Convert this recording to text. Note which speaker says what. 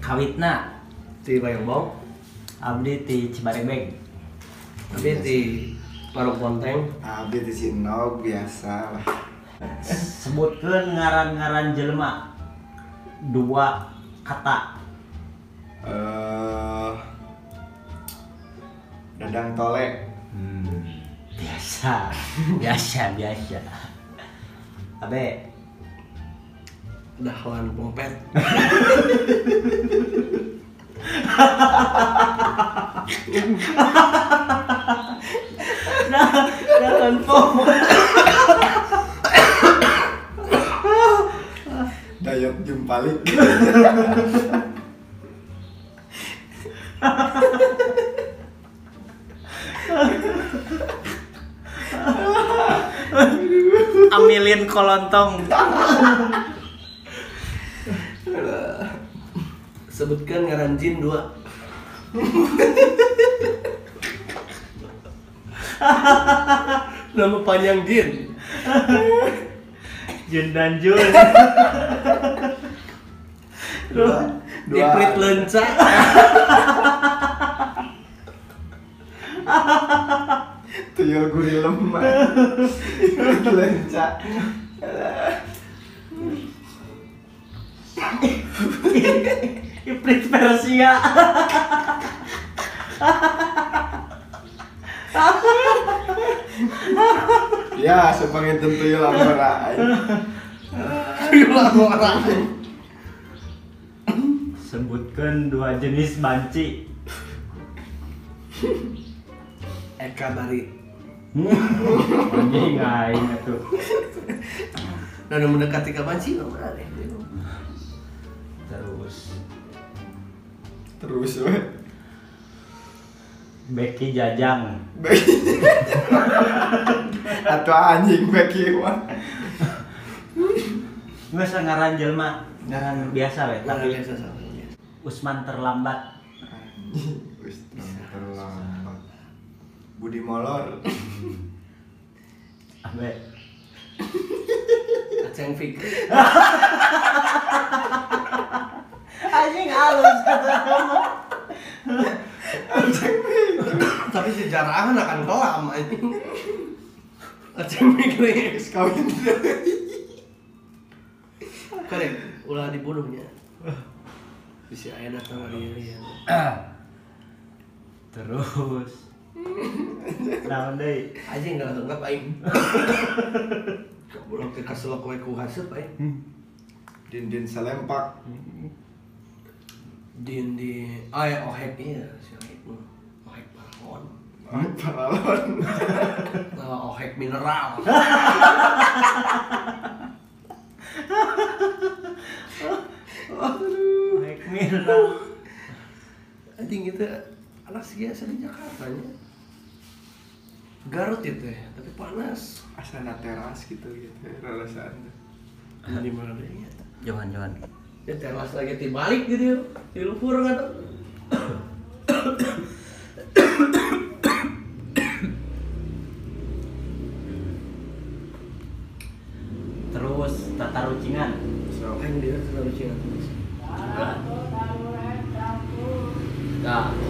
Speaker 1: kawitna
Speaker 2: di Bayombong
Speaker 1: abdi di Cibarebeg
Speaker 2: tapi di Parung Konteng
Speaker 3: Abdi di Sinok biasa lah.
Speaker 1: sebutkan ngaran-ngaran jelema dua kata
Speaker 3: Eh, Dadang Tole,
Speaker 1: biasa biasa biasa abe
Speaker 2: Dahlan Popet
Speaker 1: nah jangan pom
Speaker 3: Dayot Jumpalik.
Speaker 1: amilin kolontong
Speaker 2: sebutkan ngaran jin dua nama panjang jin
Speaker 1: jun dan jun
Speaker 2: dua
Speaker 3: Dua.
Speaker 2: Iprit lenca
Speaker 3: Tuyul gurih lemah. Lenca.
Speaker 1: Iprit Persia.
Speaker 3: Ya, sepanjang tuyul angora.
Speaker 1: Sebutkan dua jenis banci.
Speaker 2: Eka Bari
Speaker 1: Anjing aing atuh.
Speaker 2: nah nu mendekati ke panci mah mana deh
Speaker 1: Terus
Speaker 3: Terus we.
Speaker 1: Becky Jajang.
Speaker 3: Bagi- Atau anjing bagi mah.
Speaker 1: Nggak sengaran jelma, ngaran biasa we,
Speaker 2: Nah,
Speaker 1: tapi
Speaker 2: biasa soalnya.
Speaker 1: Usman terlambat.
Speaker 3: Wis, terlambat. Budi Molor.
Speaker 1: Abe.
Speaker 2: Aceng Fikri
Speaker 1: Anjing halus kata kamu.
Speaker 2: tapi sejarah akan kelam eh. anjing Aceng Fikri
Speaker 3: Terus kawin.
Speaker 2: keren ulah dibunuhnya bisa ayah datang hari ini ya
Speaker 1: Terus Nah, deui.
Speaker 2: aja nggak langsung ngap aing belum ke kasulok kue ku haseup aing
Speaker 3: Dindin selempak.
Speaker 2: di di ay ohek iya si ohek mah. ohek parahon
Speaker 3: Paralon.
Speaker 2: nah, ohek mineral
Speaker 1: Baik mirna.
Speaker 2: anjing itu anak sih asal di Jakarta nya Garut itu ya tapi panas
Speaker 3: Asana teras gitu gitu. Rasanya.
Speaker 2: di mana dia
Speaker 1: Jangan, jangan.
Speaker 2: dia teras lagi dibalik gitu di lumpur kan
Speaker 1: Terus tata rucingan.
Speaker 3: So, eh,
Speaker 2: aing dia terlalu cinta
Speaker 1: Nah,